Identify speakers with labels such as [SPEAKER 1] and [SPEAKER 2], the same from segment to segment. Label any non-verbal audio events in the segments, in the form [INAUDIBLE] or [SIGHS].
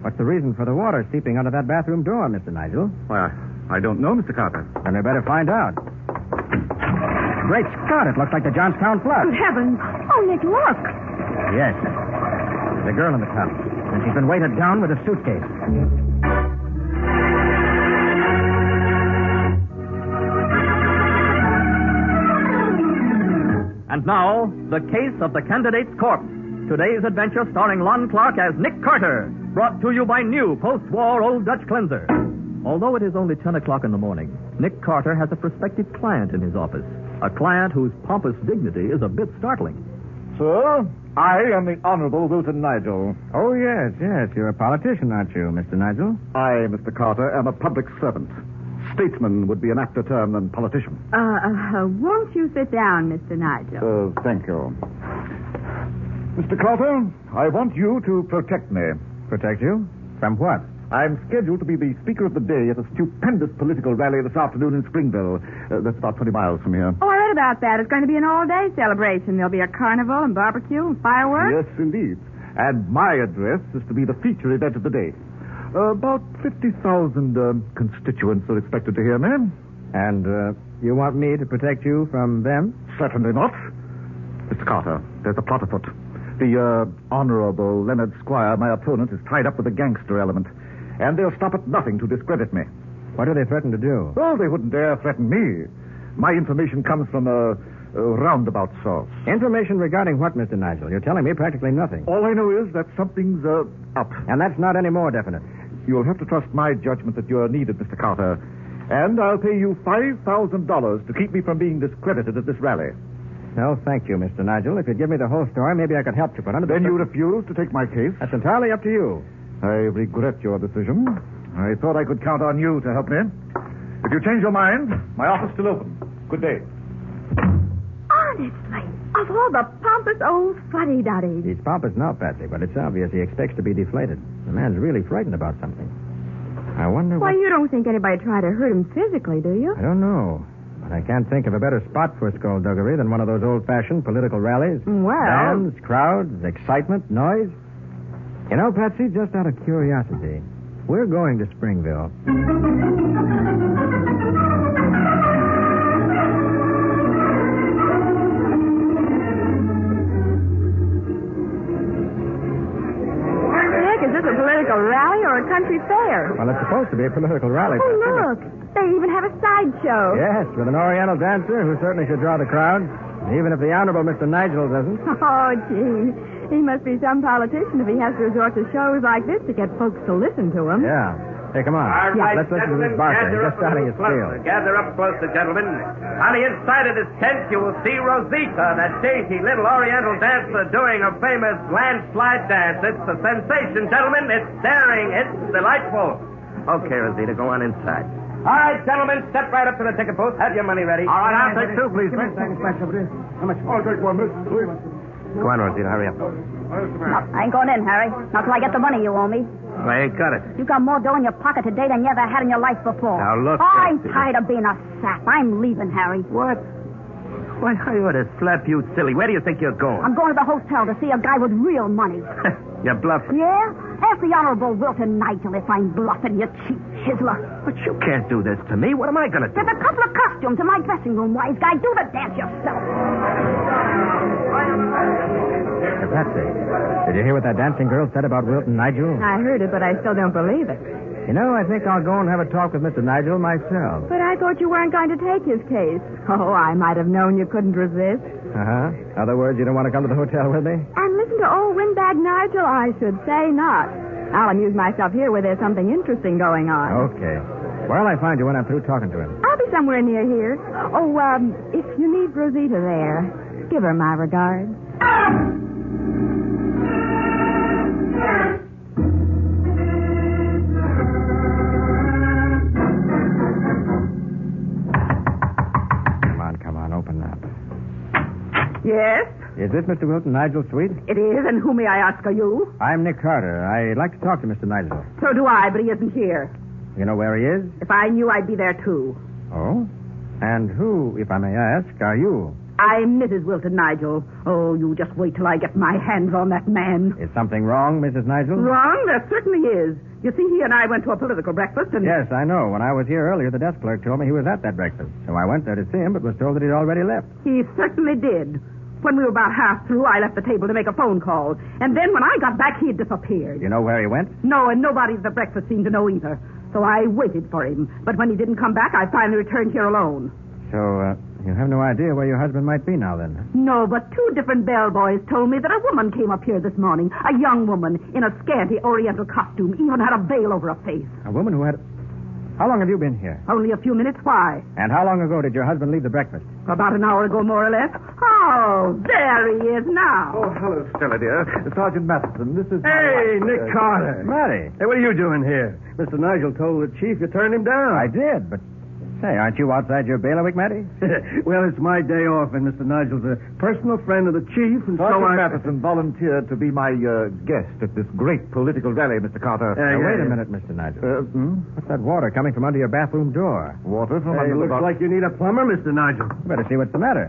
[SPEAKER 1] What's the reason for the water seeping under that bathroom door, Mr. Nigel?
[SPEAKER 2] Why, I don't know, Mr. Carter.
[SPEAKER 1] Then we better find out. Great Scott, it looks like the Johnstown flood.
[SPEAKER 3] Good heavens. Oh, Nick, look.
[SPEAKER 1] yes. The girl in the tub. And she's been weighted down with a suitcase.
[SPEAKER 4] And now, the case of the candidate's corpse. Today's adventure starring Lon Clark as Nick Carter, brought to you by new post-war Old Dutch cleanser. Although it is only 10 o'clock in the morning, Nick Carter has a prospective client in his office, a client whose pompous dignity is a bit startling.
[SPEAKER 2] Sir, I am the Honorable Wilton Nigel.
[SPEAKER 1] Oh, yes, yes. You're a politician, aren't you, Mr. Nigel?
[SPEAKER 2] I, Mr. Carter, am a public servant. Statesman would be an apter term than politician.
[SPEAKER 3] Uh, uh, uh, won't you sit down, Mr. Nigel?
[SPEAKER 2] Uh, thank you. Mr. Carter, I want you to protect me.
[SPEAKER 1] Protect you? From what?
[SPEAKER 2] I'm scheduled to be the Speaker of the Day at a stupendous political rally this afternoon in Springville. Uh, that's about 20 miles from here.
[SPEAKER 3] Oh, I read about that. It's going to be an all-day celebration. There'll be a carnival and barbecue and fireworks.
[SPEAKER 2] Yes, indeed. And my address is to be the feature event of the day. Uh, about 50,000 uh, constituents are expected to hear me.
[SPEAKER 1] And uh, you want me to protect you from them?
[SPEAKER 2] Certainly not. Mr. Carter, there's a plot afoot. The uh, Honorable Leonard Squire, my opponent, is tied up with the gangster element. And they'll stop at nothing to discredit me.
[SPEAKER 1] What do they threaten to do?
[SPEAKER 2] Oh, they wouldn't dare threaten me. My information comes from a, a roundabout source.
[SPEAKER 1] Information regarding what, Mr. Nigel? You're telling me practically nothing.
[SPEAKER 2] All I know is that something's uh, up.
[SPEAKER 1] And that's not any more definite.
[SPEAKER 2] You'll have to trust my judgment that you're needed, Mr. Carter. And I'll pay you $5,000 to keep me from being discredited at this rally.
[SPEAKER 1] No, thank you, Mr. Nigel. If you'd give me the whole story, maybe I could help you. But under the
[SPEAKER 2] Then you
[SPEAKER 1] cir-
[SPEAKER 2] refuse to take my case?
[SPEAKER 1] That's entirely up to you.
[SPEAKER 2] I regret your decision. I thought I could count on you to help me. If you change your mind, my office still open. Good day.
[SPEAKER 3] Honestly, Oh, of all the pompous old fuddy-duddies.
[SPEAKER 1] He's pompous now, Patsy, but it's obvious he expects to be deflated. The man's really frightened about something. I wonder
[SPEAKER 3] Why,
[SPEAKER 1] what...
[SPEAKER 3] you don't think anybody tried to hurt him physically, do you?
[SPEAKER 1] I don't know. But I can't think of a better spot for skullduggery than one of those old-fashioned political rallies.
[SPEAKER 3] Mm, Well-
[SPEAKER 1] Bands, crowds, excitement, noise. You know, Patsy, just out of curiosity, we're going to Springville.
[SPEAKER 3] Nick, is this a political rally or a country fair?
[SPEAKER 1] Well, it's supposed to be a political rally.
[SPEAKER 3] Oh,
[SPEAKER 1] Patsy, but-
[SPEAKER 3] look. They even have a sideshow.
[SPEAKER 1] Yes, with an Oriental dancer who certainly should draw the crowd, even if the Honorable Mr. Nigel doesn't.
[SPEAKER 3] Oh, gee. He must be some politician if he has to resort to shows like this to get folks to listen to him.
[SPEAKER 1] Yeah. Hey, come on.
[SPEAKER 5] All right,
[SPEAKER 1] Let's listen to
[SPEAKER 5] gentlemen,
[SPEAKER 1] this barker.
[SPEAKER 5] gather
[SPEAKER 1] He's just
[SPEAKER 5] up a
[SPEAKER 1] starting
[SPEAKER 5] little
[SPEAKER 1] his
[SPEAKER 5] closer.
[SPEAKER 1] spiel.
[SPEAKER 5] Gather up closer, gentlemen. On the inside of this tent, you will see Rosita, that dainty little Oriental dancer, doing a famous landslide dance. It's a sensation, gentlemen. It's daring. It's delightful. Okay, Rosita, go on inside. All right, gentlemen, step right up to the ticket booth. Have your money ready. All right, I'll take two, please.
[SPEAKER 2] I'll take one, miss.
[SPEAKER 5] Go on, Rosita, hurry up.
[SPEAKER 6] I ain't going in, Harry. Not till I get the money you owe me.
[SPEAKER 5] I ain't got it.
[SPEAKER 6] You got more dough in your pocket today than you ever had in your life before.
[SPEAKER 5] Now, look,
[SPEAKER 6] Oh, I'm
[SPEAKER 5] Patsy.
[SPEAKER 6] tired of being a sap. I'm leaving, Harry.
[SPEAKER 5] What? Why, I ought to slap you silly. Where do you think you're going?
[SPEAKER 6] I'm going to the hotel to see a guy with real money.
[SPEAKER 5] [LAUGHS] you're bluffing.
[SPEAKER 6] Yeah? Ask the Honorable Wilton Nigel if I'm bluffing, you cheap chiseler.
[SPEAKER 5] But you can't do this to me. What am I going to do?
[SPEAKER 6] There's a couple of costumes in my dressing room, wise guy. Do the dance yourself.
[SPEAKER 2] If Patsy, did you hear what that dancing girl said about Wilton Nigel?
[SPEAKER 3] I heard it, but I still don't believe it.
[SPEAKER 2] You know, I think I'll go and have a talk with Mr. Nigel myself.
[SPEAKER 3] But I thought you weren't going to take his case. Oh, I might have known you couldn't resist.
[SPEAKER 2] Uh huh. Other words, you don't want to come to the hotel with me?
[SPEAKER 3] And listen to old windbag Nigel, I should say not. I'll amuse myself here where there's something interesting going on.
[SPEAKER 1] Oh.
[SPEAKER 2] Okay. Where'll I find you when I'm through talking to him?
[SPEAKER 3] I'll be somewhere near here. Oh, um, if you need Rosita there, give her my regards.
[SPEAKER 2] Come on, come on, open up.
[SPEAKER 3] Yes,
[SPEAKER 2] Is this Mr. Wilton Nigel's suite?
[SPEAKER 3] it is, and who may I ask are you?
[SPEAKER 2] I'm Nick Carter. I'd like to talk to Mr. Nigel.
[SPEAKER 3] So do I, but he isn't here.
[SPEAKER 2] You know where he is?
[SPEAKER 3] If I knew, I'd be there too.
[SPEAKER 2] Oh? And who, if I may ask, are you?
[SPEAKER 3] I'm Mrs. Wilton Nigel. Oh, you just wait till I get my hands on that man.
[SPEAKER 2] Is something wrong, Mrs. Nigel?
[SPEAKER 3] Wrong? There certainly is. You see, he and I went to a political breakfast and.
[SPEAKER 2] Yes, I know. When I was here earlier, the desk clerk told me he was at that breakfast. So I went there to see him, but was told that he'd already left.
[SPEAKER 3] He certainly did. When we were about half through, I left the table to make a phone call. And then when I got back, he'd disappeared.
[SPEAKER 2] You know where he went?
[SPEAKER 3] No, and nobody at the breakfast seemed to know either. So I waited for him. But when he didn't come [SIGHS] back, I finally returned here alone.
[SPEAKER 2] So, uh, you have no idea where your husband might be now, then?
[SPEAKER 3] No, but two different bellboys told me that a woman came up here this morning. A young woman in a scanty oriental costume, even had a veil over her face.
[SPEAKER 2] A woman who had. How long have you been here?
[SPEAKER 3] Only a few minutes. Why?
[SPEAKER 2] And how long ago did your husband leave the breakfast?
[SPEAKER 3] About an hour ago, more or less. Oh, there he is now.
[SPEAKER 7] Oh, hello, Stella, dear. Sergeant Matheson, this is. Uh,
[SPEAKER 5] Hey, Nick Carter.
[SPEAKER 2] Matty.
[SPEAKER 5] Hey, what are you doing here? Mr. Nigel told the chief you turned him down.
[SPEAKER 2] I did, but. Say, aren't you outside your bailiwick, Matty?
[SPEAKER 5] [LAUGHS] well, it's my day off, and Mr. Nigel's a personal friend of the chief, and so I.
[SPEAKER 7] Matheson volunteered to be my uh, guest at this great political rally, Mr. Carter.
[SPEAKER 5] Yeah,
[SPEAKER 2] Now,
[SPEAKER 5] yeah,
[SPEAKER 2] wait a
[SPEAKER 5] Uh, yeah.
[SPEAKER 2] minute, Mr. Nigel.
[SPEAKER 7] Uh, hmm?
[SPEAKER 2] What's that water coming from under your bathroom door? Uh,
[SPEAKER 7] Water from
[SPEAKER 5] Hey,
[SPEAKER 7] under
[SPEAKER 5] it
[SPEAKER 7] the
[SPEAKER 5] looks
[SPEAKER 7] box.
[SPEAKER 5] like you need a plumber, Mr. Nigel.
[SPEAKER 2] You better see what's the matter.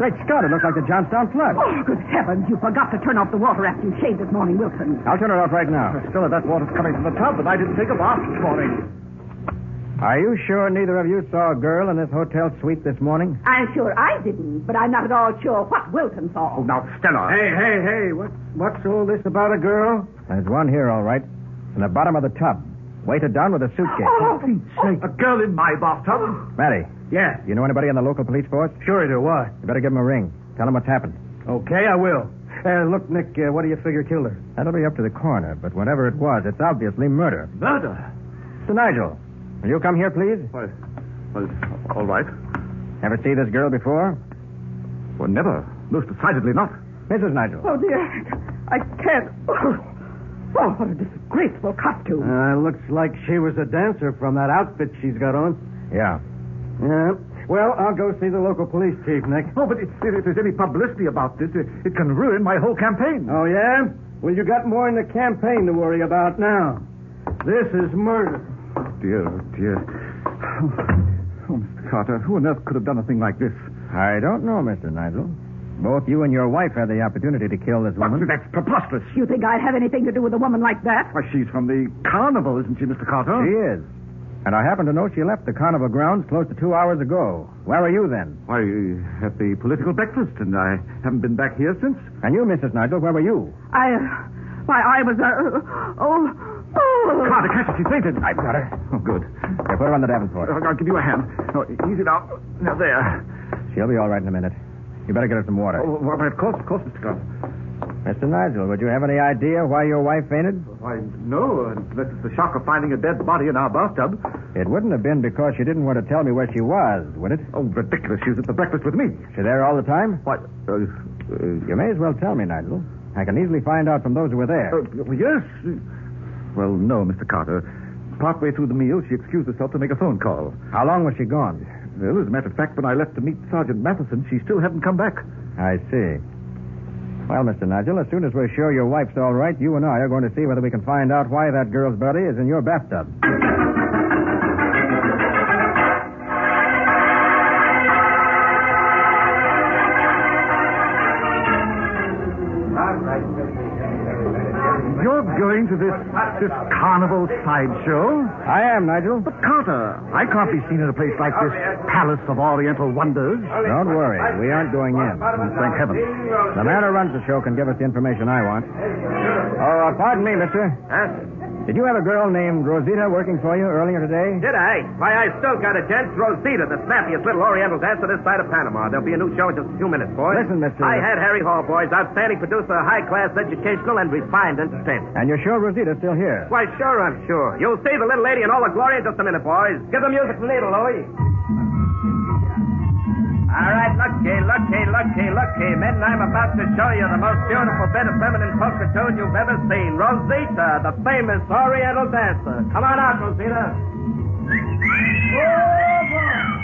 [SPEAKER 2] Great Scott, it looks like the Johnstown flood.
[SPEAKER 3] Oh, good heavens, you forgot to turn off the water after you shaved this morning, Wilson.
[SPEAKER 2] I'll turn it off right
[SPEAKER 7] [LAUGHS]
[SPEAKER 2] now.
[SPEAKER 7] Stella, that water's coming from the tub, and I didn't take a bath this morning.
[SPEAKER 2] Are you sure neither of you saw a girl in this hotel suite this morning?
[SPEAKER 3] I'm sure I didn't, but I'm not at all sure what Wilson saw.
[SPEAKER 7] Now, Stella.
[SPEAKER 5] Hey, hey, hey, what's, what's all this about a girl?
[SPEAKER 2] There's one here, all right. In the bottom of the tub. Weighted down with a suitcase.
[SPEAKER 7] Oh, for Pete's sake. A girl in my bathtub?
[SPEAKER 2] Matty,
[SPEAKER 5] Yeah,
[SPEAKER 2] you know anybody in the local police force?
[SPEAKER 5] sure it or what?
[SPEAKER 2] You better give them a ring. Tell them what's happened.
[SPEAKER 5] Okay, I will. Uh, look, Nick, uh, what do you figure killed her?
[SPEAKER 2] That'll be up to the coroner, but whatever it was, it's obviously murder.
[SPEAKER 7] Murder.
[SPEAKER 2] Mr. Nigel, will you come here, please?
[SPEAKER 7] Why, well, all right.
[SPEAKER 2] Ever see this girl before?
[SPEAKER 7] Well, never. Most decidedly not.
[SPEAKER 2] Mrs. Nigel.
[SPEAKER 3] Oh, dear. I can't. Oh, what a disgraceful costume.
[SPEAKER 5] Uh, looks like she was a dancer from that outfit she's got on.
[SPEAKER 2] Yeah.
[SPEAKER 5] Yeah. Well, I'll go see the local police chief, Nick.
[SPEAKER 7] Oh, but if, if there's any publicity about this, it, it can ruin my whole campaign.
[SPEAKER 5] Oh, yeah? Well, you got more in the campaign to worry about now. This is murder.
[SPEAKER 7] dear, oh, dear. Oh, Mr. Carter, who on earth could have done a thing like this?
[SPEAKER 2] I don't know, Mr. Nigel. Both you and your wife had the opportunity to kill this woman.
[SPEAKER 7] That's preposterous.
[SPEAKER 3] You think I'd have anything to do with a woman like that?
[SPEAKER 7] Why, she's from the carnival, isn't she, Mr. Carter?
[SPEAKER 2] She is. And I happen to know she left the carnival grounds close to two hours ago. Where were you then?
[SPEAKER 7] Why, at the political breakfast, and I haven't been back here since.
[SPEAKER 2] And you, Mrs. Nigel, where were you?
[SPEAKER 3] I. Why, I was. Uh, oh. Oh.
[SPEAKER 7] Carter, catch her. She fainted. I've got her. Oh, good.
[SPEAKER 2] Here, put her on the Davenport.
[SPEAKER 7] I'll, I'll give you a hand. No, easy now. Now, there.
[SPEAKER 2] She'll be all right in a minute. You better get her some water.
[SPEAKER 7] Oh, well, of course, of course, Mr. Carter.
[SPEAKER 2] Mr. Nigel, would you have any idea why your wife fainted?
[SPEAKER 7] Why, no, unless it's the shock of finding a dead body in our bathtub.
[SPEAKER 2] It wouldn't have been because she didn't want to tell me where she was, would it?
[SPEAKER 7] Oh, ridiculous. She was at the breakfast with me.
[SPEAKER 2] She there all the time?
[SPEAKER 7] Why, uh, uh,
[SPEAKER 2] You may as well tell me, Nigel. I can easily find out from those who were there.
[SPEAKER 7] Uh, well, yes. Well, no, Mr. Carter. Partway through the meal, she excused herself to make a phone call.
[SPEAKER 2] How long was she gone?
[SPEAKER 7] Well, as a matter of fact, when I left to meet Sergeant Matheson, she still hadn't come back.
[SPEAKER 2] I see. Well, Mr. Nigel, as soon as we're sure your wife's all right, you and I are going to see whether we can find out why that girl's body is in your bathtub.
[SPEAKER 8] You're going to this this carnival sideshow?
[SPEAKER 5] I am, Nigel.
[SPEAKER 8] But Carter, I can't be seen at a place like this Palace of Oriental Wonders.
[SPEAKER 2] Don't worry. We aren't going in.
[SPEAKER 8] Thank heaven.
[SPEAKER 2] The man who runs the show can give us the information I want. Oh, uh, pardon me, mister.
[SPEAKER 9] Huh?
[SPEAKER 2] Did you have a girl named Rosita working for you earlier today?
[SPEAKER 9] Did I? Why, I still got a chance. Rosita, the snappiest little Oriental dancer this side of Panama. There'll be a new show in just a few minutes, boys.
[SPEAKER 2] Listen, Mr.
[SPEAKER 9] I had Harry Hall, boys. Outstanding producer, high class educational, and refined entertainment.
[SPEAKER 2] And you're sure Rosita's still here?
[SPEAKER 9] Why, sure, I'm sure. You'll see the little lady in all her glory in just a minute, boys. Give the music a little, Louie. All right, looky, looky, looky, looky. Men, I'm about to show you the most beautiful bit of feminine coquetry you've ever seen. Rosita, the famous Oriental dancer. Come on out, Rosita.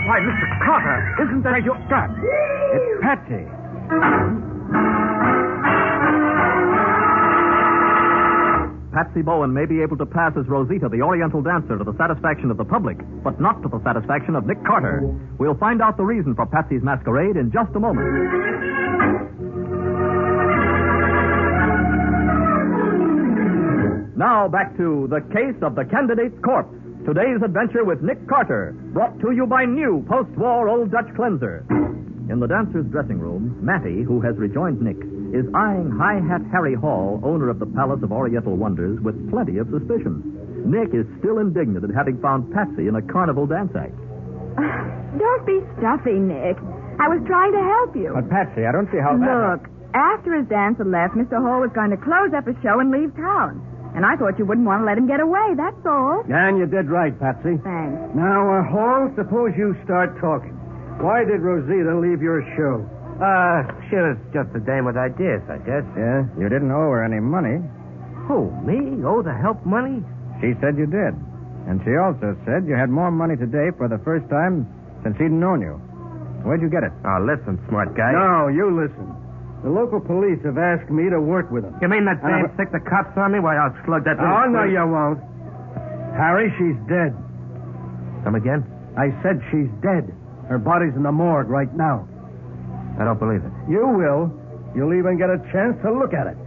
[SPEAKER 8] Why, Mr. Carter, isn't that your stop?
[SPEAKER 2] It's Patsy.
[SPEAKER 1] Patsy Bowen may be able to pass as Rosita, the Oriental dancer, to the satisfaction of the public, but not to the satisfaction of Nick Carter. We'll find out the reason for Patsy's masquerade in just a moment. Now back to the case of the candidate's corpse. Today's adventure with Nick Carter, brought to you by new post-war Old Dutch cleanser. In the dancer's dressing room, Matty, who has rejoined Nick, is eyeing High Hat Harry Hall, owner of the Palace of Oriental Wonders, with plenty of suspicion. Nick is still indignant at having found Patsy in a carnival dance act.
[SPEAKER 3] Don't be stuffy, Nick. I was trying to help you.
[SPEAKER 2] But Patsy, I don't see how that.
[SPEAKER 3] Look, after his dancer left, Mr. Hall was going to close up his show and leave town. And I thought you wouldn't want to let him get away, that's all.
[SPEAKER 5] And you did right, Patsy.
[SPEAKER 3] Thanks.
[SPEAKER 5] Now, uh, Hall, suppose you start talking. Why did Rosita leave your show?
[SPEAKER 10] Uh, she was just a dame with ideas, I guess.
[SPEAKER 2] Yeah, you didn't owe her any money.
[SPEAKER 10] Who, me? Oh, the help [LAUGHS] money?
[SPEAKER 2] She said you did. And she also said you had more money today for the first time since she'd known you. Where'd you get it?
[SPEAKER 10] Now, Oh, listen, smart guy.
[SPEAKER 5] No, you listen. The local police have asked me to work with them.
[SPEAKER 10] You mean that
[SPEAKER 5] I
[SPEAKER 10] dame
[SPEAKER 5] don't-
[SPEAKER 10] stick the cops on me? Why, I'll slug that
[SPEAKER 5] Oh,
[SPEAKER 10] little
[SPEAKER 5] no,
[SPEAKER 10] prick.
[SPEAKER 5] you won't. Harry, she's dead.
[SPEAKER 10] Come again?
[SPEAKER 5] I said she's dead. Her body's in the morgue right now.
[SPEAKER 10] I don't believe it.
[SPEAKER 5] You will. You'll even get a chance to look at it.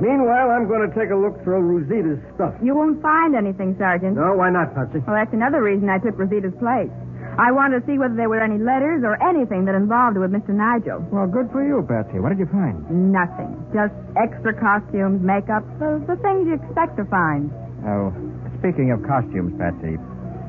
[SPEAKER 5] Meanwhile, I'm going to take a look through Rosita's stuff. Uh,
[SPEAKER 3] You won't find anything, Sergeant.
[SPEAKER 5] No, why not, Patsy?
[SPEAKER 3] Well, that's another reason I took Rosita's place. I wanted to see whether there were any letters or anything that involved her with Mr. Nigel.
[SPEAKER 2] Well, good for you, Patsy. What did you find?
[SPEAKER 3] Nothing. Just extra costumes, makeup, the, the things you expect to find.
[SPEAKER 2] Oh, speaking of costumes, Patsy,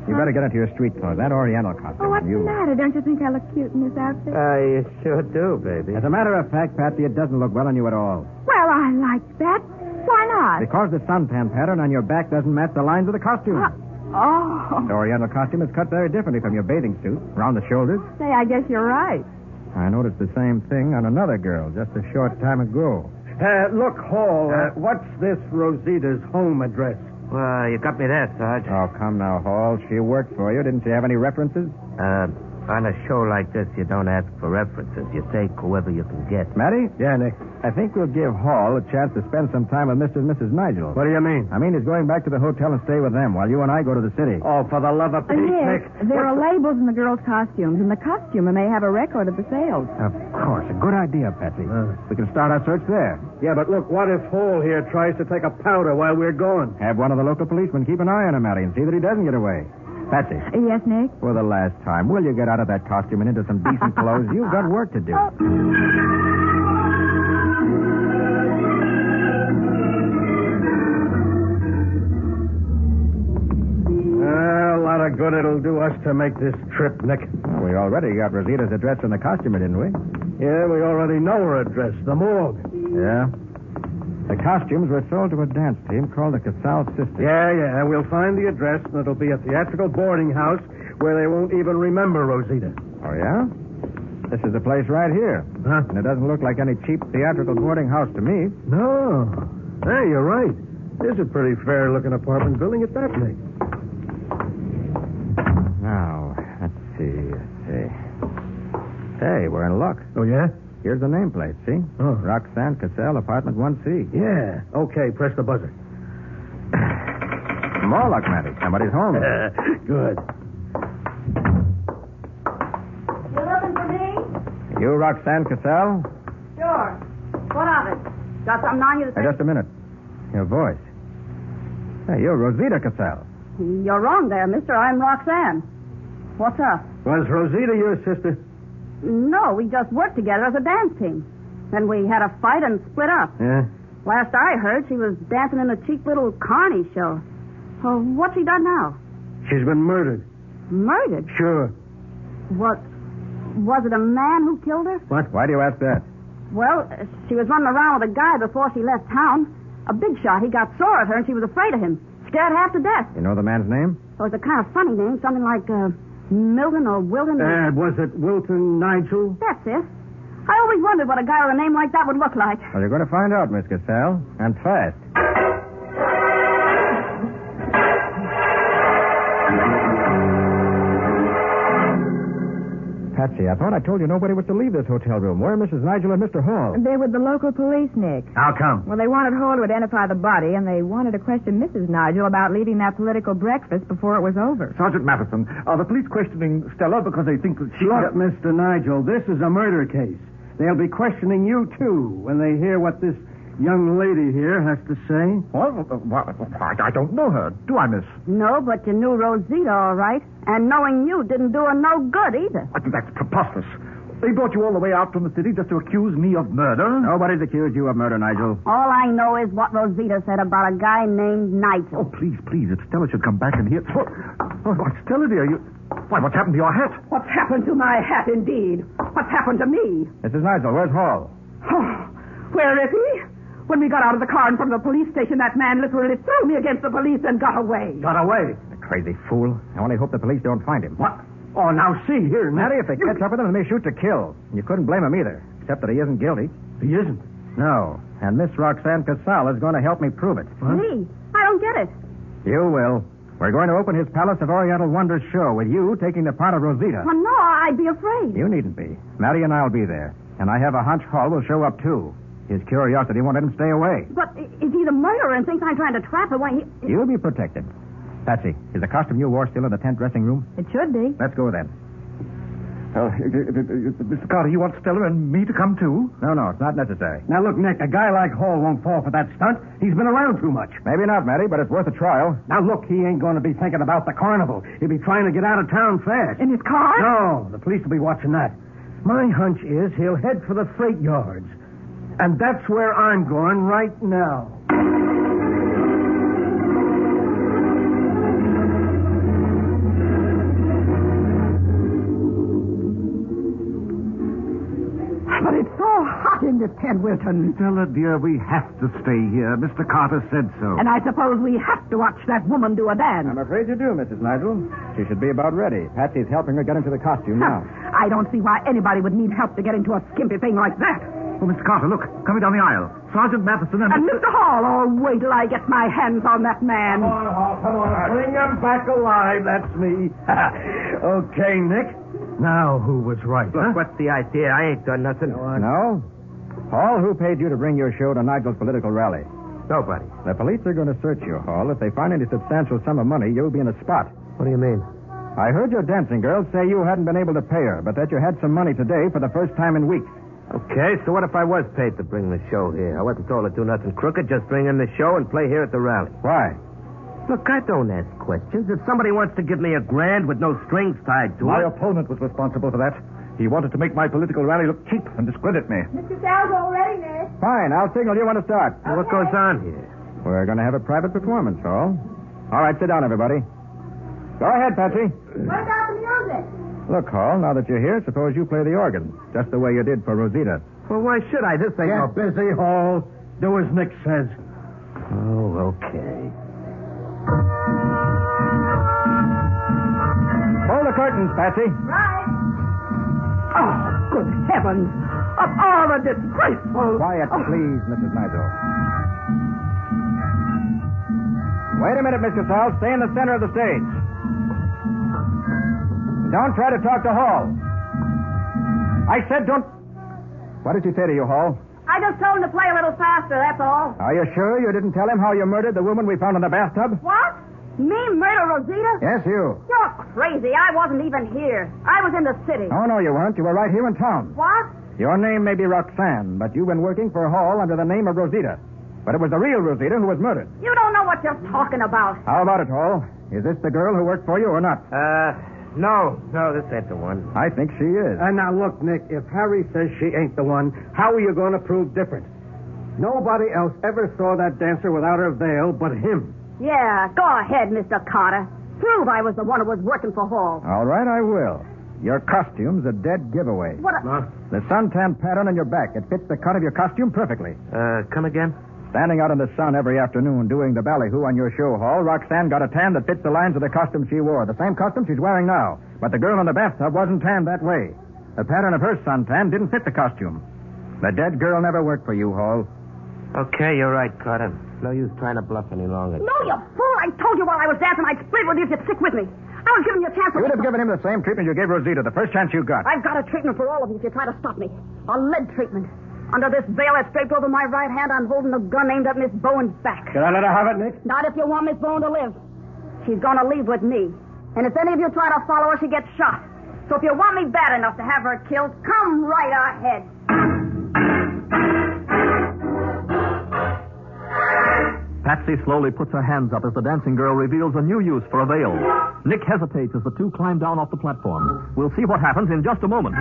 [SPEAKER 2] you better get into your street clothes. That Oriental costume.
[SPEAKER 3] Oh, what's
[SPEAKER 2] you. Uh,
[SPEAKER 3] the matter? Don't you think I look cute in this outfit?
[SPEAKER 10] I sure do, baby.
[SPEAKER 2] As a matter of fact, Patsy, it doesn't look well on you at all.
[SPEAKER 3] well, I like that. Why not?
[SPEAKER 2] Because the suntan pattern on your back doesn't match the lines of the costume.
[SPEAKER 10] Ah.
[SPEAKER 3] Oh, [LAUGHS]
[SPEAKER 2] The Oriental costume is cut very differently from your bathing suit. Around the shoulders.
[SPEAKER 3] say, I guess you're right.
[SPEAKER 2] I noticed the same thing on another girl just a short time ago.
[SPEAKER 5] Uh, look,
[SPEAKER 2] Oh,
[SPEAKER 5] Hall, uh, what's this Rosita's home address?
[SPEAKER 10] Well, you got me there, Sarge.
[SPEAKER 2] Oh, come now, Hall. She worked for you. Didn't she have any references?
[SPEAKER 10] Uh, on a show like this, you don't ask for references. You take whoever you can get.
[SPEAKER 2] Matty?
[SPEAKER 5] Yeah, Nick.
[SPEAKER 2] I think we'll give Hall a chance to spend some time with Mr. and Mrs. Nigel.
[SPEAKER 5] What do you mean?
[SPEAKER 2] I mean, he's going back to the hotel and stay with them while you and I go to the city.
[SPEAKER 5] Oh, for the love of Pete,
[SPEAKER 3] Uh, Nick,
[SPEAKER 5] Nick.
[SPEAKER 3] there are labels in the girls' costumes, and the costumer may have a record of the sales.
[SPEAKER 2] Of course. A good idea, Patsy. we can start our search there.
[SPEAKER 5] Uh. Yeah, but look, what if Hall here tries to take a powder while we're gone?
[SPEAKER 2] Have one of the local policemen keep an eye on him, Matty, and see that he doesn't get away. Patsy,
[SPEAKER 3] Yes, Nick?
[SPEAKER 2] for the last time, will you get out of that costume and into some
[SPEAKER 5] [LAUGHS]
[SPEAKER 2] decent clothes? You've got work to do.
[SPEAKER 5] Uh, a lot of good it'll do us to make this trip, Nick.
[SPEAKER 2] We already got Rosita's address from the costumer, didn't we?
[SPEAKER 5] Yeah, we already know her address, the morgue.
[SPEAKER 2] Yeah. The costumes were sold to a dance team called the Casal Sisters.
[SPEAKER 5] Yeah, yeah. We'll find the address, and it'll be a theatrical boarding house where they won't even remember Rosita.
[SPEAKER 2] Oh, yeah? This is the place right here.
[SPEAKER 5] Huh?
[SPEAKER 2] And it doesn't look like any cheap theatrical boarding house to me.
[SPEAKER 5] No. Hey, you're right. This is a pretty fair looking apartment building at that Nick.
[SPEAKER 2] Now, let's see, let's see. Hey, we're in luck.
[SPEAKER 5] Oh, yeah?
[SPEAKER 2] Here's the nameplate, see?
[SPEAKER 5] Oh.
[SPEAKER 2] Roxanne Cassell, apartment 1C.
[SPEAKER 5] Yeah. Okay, press the buzzer.
[SPEAKER 2] More luck, Matty. Somebody's home.
[SPEAKER 5] [LAUGHS] Good.
[SPEAKER 3] You looking for me?
[SPEAKER 2] you Roxanne Cassell?
[SPEAKER 3] Sure. What of it? Got something on you to
[SPEAKER 2] Hey, just a minute. Your voice. Hey, you're Rosita Casal.
[SPEAKER 6] You're wrong there, mister. I'm Roxanne. What's up?
[SPEAKER 5] Was Rosita your sister?
[SPEAKER 6] No, we just worked together as a dance team. Then we had a fight and split up.
[SPEAKER 5] Yeah.
[SPEAKER 6] Last I heard, she was dancing in a cheap little Carney show. Oh, what's she done now?
[SPEAKER 5] She's been murdered.
[SPEAKER 6] Murdered?
[SPEAKER 5] Sure.
[SPEAKER 6] What? Was it a man who killed her?
[SPEAKER 2] What? Why do you ask that?
[SPEAKER 6] Well, uh, she was running around with a guy before she left town. A big shot. He got sore at her, and she was afraid of him. Scared half to death.
[SPEAKER 2] You know the man's name?
[SPEAKER 6] So it's a kind of funny name, something like uh, Milton or Wilton. or-
[SPEAKER 5] Uh, was it Wilton Nigel?
[SPEAKER 6] That's it. I always wondered what a guy with a name like that would look like.
[SPEAKER 2] Well, you're going to find out, Miss Casal, and fast. Patsy, I thought I told you nobody was to leave this hotel room. Where are Mrs. Nigel and Mr. Hall?
[SPEAKER 3] They were the local police, Nick.
[SPEAKER 2] How come?
[SPEAKER 3] Well, they wanted Hall to identify the body, and they wanted to question Mrs. Nigel about leaving that political breakfast before it was over.
[SPEAKER 11] Sergeant Matheson, are the police questioning Stella because they think that she...
[SPEAKER 5] Look, Mr. Nigel, this is a murder case. They'll be questioning you, too, when they hear what this young lady here has to say.
[SPEAKER 11] What?
[SPEAKER 2] uh,
[SPEAKER 11] What? I I don't know her, do I, miss?
[SPEAKER 6] No, but you knew Rosita all right. And knowing you didn't do her no good either.
[SPEAKER 11] What, That's preposterous. They brought you all the way out from the city just to accuse me of murder?
[SPEAKER 2] Nobody's accused you of murder, Nigel.
[SPEAKER 6] All I know is what Rosita said about a guy named
[SPEAKER 11] Oh,
[SPEAKER 6] Nigel.
[SPEAKER 11] please, please, if Stella should come back and hear... What? Oh, why, Stella, dear, you... Why, what's happened to your hat?
[SPEAKER 6] What's happened to my hat, indeed? What's happened to me? Oh,
[SPEAKER 2] Mrs. Nigel, where's Hall?
[SPEAKER 6] Where is he? When we got out of the car and from the police station, that man literally threw me against the police and got away.
[SPEAKER 5] Got away.
[SPEAKER 2] The crazy fool. I only hope the police don't find him.
[SPEAKER 5] What? Oh, now see here, Nick.
[SPEAKER 2] Matty, if they catch up with him, they may shoot to kill. You couldn't blame him either, except that he isn't guilty.
[SPEAKER 5] He isn't.
[SPEAKER 2] No, and Miss Roxanne Casal is going to help me prove it.
[SPEAKER 6] Me? I don't get it.
[SPEAKER 2] You will. We're going to open his Palace of Oriental Wonders show with you taking the part of Rosita.
[SPEAKER 6] Well, no, I'd be afraid.
[SPEAKER 2] You needn't be. Matty and I'll be there. And I have a hunch Hall will show up, too. His curiosity won't let him stay away.
[SPEAKER 6] But i- is he the murderer and thinks I'm trying to trap him? Why, he...
[SPEAKER 2] You'll be protected. Patsy, is the costume you wore still in the tent dressing room?
[SPEAKER 3] It should be.
[SPEAKER 2] Let's go then.
[SPEAKER 11] Uh, Mr. Carter, you want Stella and me to come, too?
[SPEAKER 2] No, no, it's not necessary.
[SPEAKER 5] Now, look, Nick, a guy like Hall won't fall for that stunt. He's been around too much.
[SPEAKER 2] Maybe not, Matty, but it's worth a trial.
[SPEAKER 5] Now, look, he ain't going to be thinking about the carnival. He'll be trying to get out of town fast.
[SPEAKER 6] In his car?
[SPEAKER 5] No, the police will be watching that. My hunch is he'll head for the freight yards. And that's where I'm going right now.
[SPEAKER 6] But it's so hot in this tent, Wilton.
[SPEAKER 11] Stella, uh, dear, we have to stay here. Mr. Carter said so.
[SPEAKER 6] And I suppose we have to watch that woman do a dance.
[SPEAKER 2] I'm afraid you do, Mrs. Nigel. She should be about ready. Patsy's helping her get into the costume now.
[SPEAKER 6] I don't see why anybody would need help to get into a skimpy thing like that.
[SPEAKER 11] Oh, Mr. Carter, look, coming down the aisle. Sergeant Matheson
[SPEAKER 2] Uh,
[SPEAKER 11] and...
[SPEAKER 6] And Mr. Hall, oh, wait till I get my hands on that man.
[SPEAKER 5] Come on, Hall, come on. Bring him back alive. That's me. [LAUGHS] okay, Nick. Now, who was right?
[SPEAKER 12] Look,
[SPEAKER 5] huh?
[SPEAKER 12] what's the idea? I ain't done nothing.
[SPEAKER 2] No? Hall, who paid you to bring your show to Nigel's political rally?
[SPEAKER 12] Nobody.
[SPEAKER 2] The police are going to search you, Hall. If they find any substantial sum of money, you'll be in a spot.
[SPEAKER 12] What do you mean?
[SPEAKER 2] I heard your dancing girls say you hadn't been able to pay her, but that you had some money today for the first time in weeks.
[SPEAKER 12] Okay, so what if I was paid to bring the show here? I wasn't told to do nothing crooked, just bring in the show and play here at the rally.
[SPEAKER 2] Why?
[SPEAKER 12] Look, I don't ask questions. If somebody wants to give me a grand with no strings tied to
[SPEAKER 11] My
[SPEAKER 12] it.
[SPEAKER 11] opponent was responsible for that. He wanted to make my political rally look cheap and discredit me.
[SPEAKER 13] Mr. Sal's all ready, miss.
[SPEAKER 2] Fine, I'll signal you want to start.
[SPEAKER 12] Now, What goes on here?
[SPEAKER 2] We're going to have a private performance, Hall. All right, sit down, everybody. Go ahead, Patsy.
[SPEAKER 13] What about the music?
[SPEAKER 2] Look, Hall, now that you're here, suppose you play the organ, just the way you did for Rosita.
[SPEAKER 12] Well, why should I? This ain't
[SPEAKER 5] Get
[SPEAKER 12] no.
[SPEAKER 5] busy, Hall. Do as Nick says.
[SPEAKER 12] Oh, okay.
[SPEAKER 2] Pull the curtains, Patsy.
[SPEAKER 13] Right.
[SPEAKER 6] Oh, good heavens. Of all the disgraceful...
[SPEAKER 2] Quiet,
[SPEAKER 6] Oh,
[SPEAKER 2] please, Mrs. Nigel. Wait a minute, Mr. Saul. Stay in the center of the stage. Don't try to talk to Hall. I said don't. What did she say to you, Hall?
[SPEAKER 6] I just told him to play a little faster, that's all.
[SPEAKER 2] Are you sure you didn't tell him how you murdered the woman we found in the bathtub?
[SPEAKER 6] What? Me murder Rosita?
[SPEAKER 2] Yes, you.
[SPEAKER 6] You're crazy. I wasn't even here. I was in the city.
[SPEAKER 2] Oh, no, you weren't. You were right here in town.
[SPEAKER 6] What?
[SPEAKER 2] Your name may be Roxanne, but you've been working for Hall under the name of Rosita. But it was the real Rosita who was murdered.
[SPEAKER 14] You don't know what you're talking about.
[SPEAKER 2] How about it, Hall? Is this the girl who worked for you or not?
[SPEAKER 15] Uh, no, no, this ain't the one.
[SPEAKER 2] I think she is.
[SPEAKER 5] And Uh, now look, Nick, if Harry says she ain't the one, how are you going to prove different? Nobody else ever saw that dancer without her veil but him.
[SPEAKER 6] Yeah, go ahead, Mr. Carter. Prove I was the one who was working for Hall.
[SPEAKER 2] All right, I will. Your costume's a dead giveaway.
[SPEAKER 6] What a...
[SPEAKER 2] The suntan pattern on your back, it fits the cut of your costume perfectly.
[SPEAKER 15] Uh, come again?
[SPEAKER 2] Standing out in the sun every afternoon doing the ballyhoo on your show hall, Roxanne got a tan that fits the lines of the costume she wore, the same costume she's wearing now. But the girl in the bathtub wasn't tanned that way. The pattern of her suntan didn't fit the costume. The dead girl never worked for you, Hall.
[SPEAKER 15] Okay, you're right, Carter. No use trying to bluff any longer.
[SPEAKER 6] No, you fool! I told you while I was dancing I'd split with you if you'd stick with me. I was giving you a chance for...
[SPEAKER 2] You'd have given him the same treatment you gave Rosita the first chance you got.
[SPEAKER 6] I've got a treatment for all of you if you try to stop me. A lead treatment. Under this veil that's draped over my right hand, I'm holding a gun aimed at Miss Bowen's back.
[SPEAKER 5] Should I let her have it, Nick?
[SPEAKER 6] Not if you want Miss Bowen to live. She's going to leave with me. And if any of you try to follow her, she gets shot. So if you want me bad enough to have her killed, come right ahead.
[SPEAKER 1] Patsy slowly puts her hands up as the dancing girl reveals a new use for a veil. Nick hesitates as the two climb down off the platform. We'll see what happens in just a moment.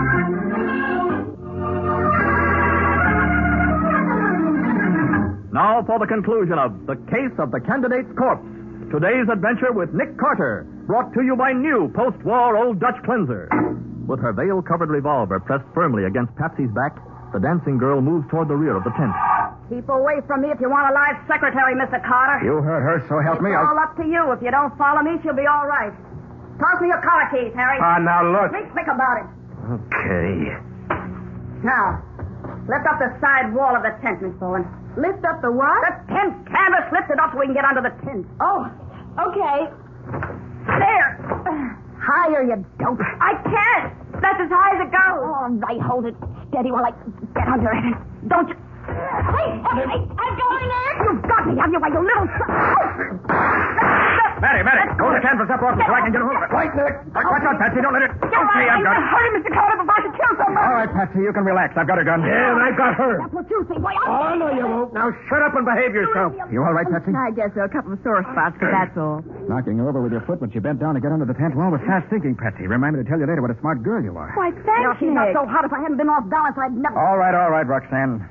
[SPEAKER 1] Now for the conclusion of The Case of the Candidate's Corpse. Today's adventure with Nick Carter, brought to you by new post war Old Dutch Cleanser. With her veil covered revolver pressed firmly against Patsy's back, the dancing girl moves toward the rear of the tent.
[SPEAKER 6] Keep away from me if you want a live secretary, Mr. Carter.
[SPEAKER 2] You heard her, so help
[SPEAKER 6] it's
[SPEAKER 2] me.
[SPEAKER 6] all up to you. If you don't follow me, she'll be all right. Toss me your collar keys, Harry.
[SPEAKER 15] Ah, now look.
[SPEAKER 6] Think, think about it.
[SPEAKER 15] Okay.
[SPEAKER 6] Now, lift up the side wall of the tent, Miss Bowen.
[SPEAKER 16] Lift up the what?
[SPEAKER 6] The tent canvas. Lift it up so we can get under the tent.
[SPEAKER 16] Oh, okay.
[SPEAKER 6] There. Higher, you dope.
[SPEAKER 16] I can't. That's as high as it goes.
[SPEAKER 6] All right, hold it steady while I get under it. Don't you... Hey, hey, hey, I'm going in. You've got me, have you, why, you little...
[SPEAKER 7] Matty, Matty, hold the canvas up off me so I can get a hold of it.
[SPEAKER 5] Wait, Nick.
[SPEAKER 7] Watch, watch out, Patsy. Don't let it.
[SPEAKER 6] You're
[SPEAKER 7] Okay,
[SPEAKER 6] right.
[SPEAKER 7] I've got
[SPEAKER 6] I'm
[SPEAKER 7] it.
[SPEAKER 6] hurting Mr. Carter before I should kill somebody.
[SPEAKER 2] All right, Patsy, you can relax. I've got her gun.
[SPEAKER 5] Yeah, and I got her.
[SPEAKER 6] That's what you think. Why,
[SPEAKER 5] Oh,
[SPEAKER 6] I'm...
[SPEAKER 5] no, you won't. Now shut up and behave yourself.
[SPEAKER 2] You all right, Patsy?
[SPEAKER 16] I guess there are a couple of sore spots, but that's all.
[SPEAKER 2] Knocking her over with your foot when she bent down to get under the tent wall was fast thinking, Patsy. Remind me to tell you later what a smart girl you are.
[SPEAKER 16] Why,
[SPEAKER 6] Oh, Now,
[SPEAKER 16] thank
[SPEAKER 6] she's
[SPEAKER 16] you.
[SPEAKER 6] not so hot. If I hadn't been off balance, I'd never...
[SPEAKER 2] All right, all right, Roxanne.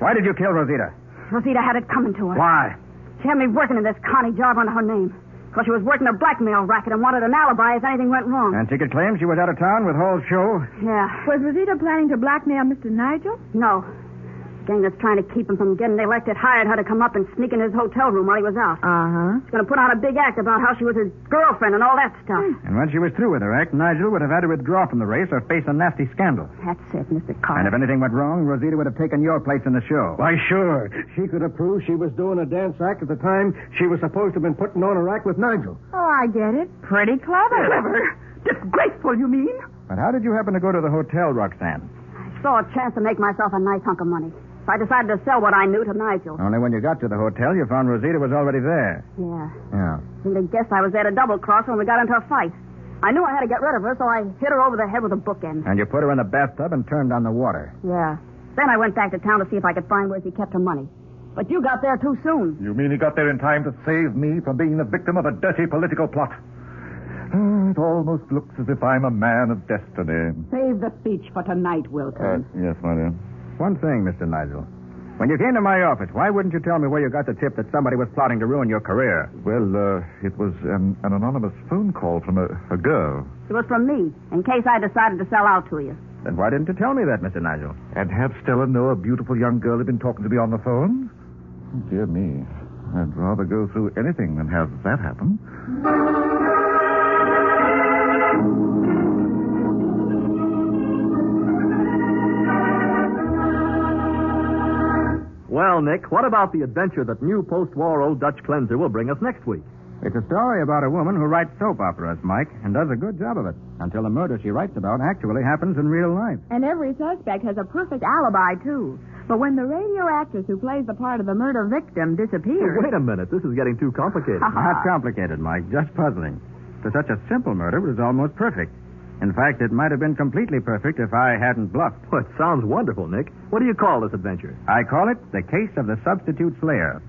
[SPEAKER 2] Why did you kill Rosita?
[SPEAKER 6] Rosita had it coming to her.
[SPEAKER 2] Why?
[SPEAKER 6] She had me working in this Connie job under her name. Because she was working a blackmail racket and wanted an alibi if anything went wrong.
[SPEAKER 2] And she could claim she was out of town with Hall's show.
[SPEAKER 6] Yeah.
[SPEAKER 16] Was Rosita planning to blackmail Mr. Nigel?
[SPEAKER 6] No. Gang that's trying to keep him from getting elected hired her to come up and sneak in his hotel room while he was out.
[SPEAKER 16] Uh huh.
[SPEAKER 6] She's going to put on a big act about how she was his girlfriend and all that stuff.
[SPEAKER 2] And when she was through with her act, Nigel would have had to withdraw from the race or face a nasty scandal.
[SPEAKER 6] That's it,
[SPEAKER 2] And
[SPEAKER 6] Mr.
[SPEAKER 2] if
[SPEAKER 6] Carter.
[SPEAKER 2] anything went wrong, Rosita would have taken your place in the show.
[SPEAKER 5] Why, sure. She could have proved she was doing a dance act at the time she was supposed to have been putting on a act with Nigel.
[SPEAKER 16] Oh, I get it. Pretty clever.
[SPEAKER 6] Clever. Disgraceful, you mean?
[SPEAKER 2] But how did you happen to go to the hotel, Roxanne?
[SPEAKER 6] I saw a chance to make myself a nice hunk of money. So I decided to sell what I knew to Nigel.
[SPEAKER 2] Only when you got to the hotel, you found Rosita was already there.
[SPEAKER 6] Yeah.
[SPEAKER 2] Yeah.
[SPEAKER 6] You'd have guessed I was there to double cross when we got into a fight. I knew I had to get rid of her, so I hit her over the head with a bookend.
[SPEAKER 2] And you put her in the bathtub and turned on the water.
[SPEAKER 6] Yeah. Then I went back to town to see if I could find where she kept her money. But you got there too soon.
[SPEAKER 7] You mean he got there in time to save me from being the victim of a dirty political plot? It almost looks as if I'm a man of destiny.
[SPEAKER 3] Save the speech for tonight, Wilkins.
[SPEAKER 7] yes, my dear.
[SPEAKER 2] One thing, Mr. Nigel. When you came to my office, why wouldn't you tell me where you got the tip that somebody was plotting to ruin your career?
[SPEAKER 7] Well, uh, it was an, an anonymous phone call from a, a girl.
[SPEAKER 6] It was from me, in case I decided to sell out to you.
[SPEAKER 2] Then why didn't you tell me that, Mr. Nigel?
[SPEAKER 7] And have Stella know a beautiful young girl had been talking to me on the phone? Oh, Dear me, I'd rather go through anything than have that happen.
[SPEAKER 1] Well, Nick, what about the adventure that new post war Old Dutch Cleanser will bring us next week?
[SPEAKER 2] It's a story about a woman who writes soap operas, Mike, and does a good job of it until the murder she writes about actually happens in real life.
[SPEAKER 16] And every suspect has a perfect alibi, too. But when the radio actress who plays the part of the murder victim disappears.
[SPEAKER 1] Wait a minute, this is getting too
[SPEAKER 2] [LAUGHS]
[SPEAKER 1] complicated.
[SPEAKER 2] Not complicated, Mike, just puzzling. For such a simple murder, it was almost perfect. In fact, it might have been completely perfect if I hadn't bluffed.
[SPEAKER 1] Well, it sounds wonderful, Nick. What do you call this adventure?
[SPEAKER 2] I call it The Case of the Substitute Slayer.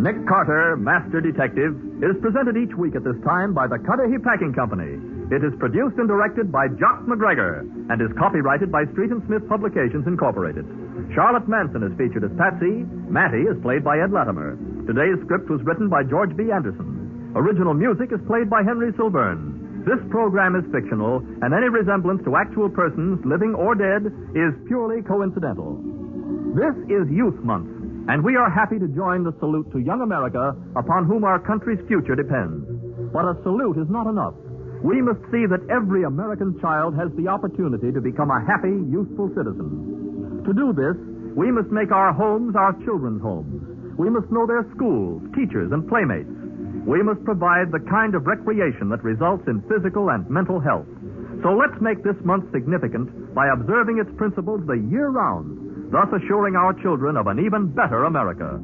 [SPEAKER 1] Nick Carter, Master Detective, is presented each week at this time by the Cudahy Packing Company. It is produced and directed by Jock McGregor and is copyrighted by Street and Smith Publications Incorporated. Charlotte Manson is featured as Patsy. Mattie is played by Ed Latimer. Today's script was written by George B. Anderson. Original music is played by Henry Silverne. This program is fictional, and any resemblance to actual persons, living or dead, is purely coincidental. This is Youth Month and we are happy to join the salute to young America upon whom our country's future depends. But a salute is not enough. We must see that every American child has the opportunity to become a happy, useful citizen. To do this, we must make our homes our children's homes. We must know their schools, teachers, and playmates. We must provide the kind of recreation that results in physical and mental health. So let's make this month significant by observing its principles the year round thus assuring our children of an even better America.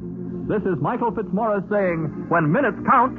[SPEAKER 1] This is Michael Fitzmaurice saying, when minutes count,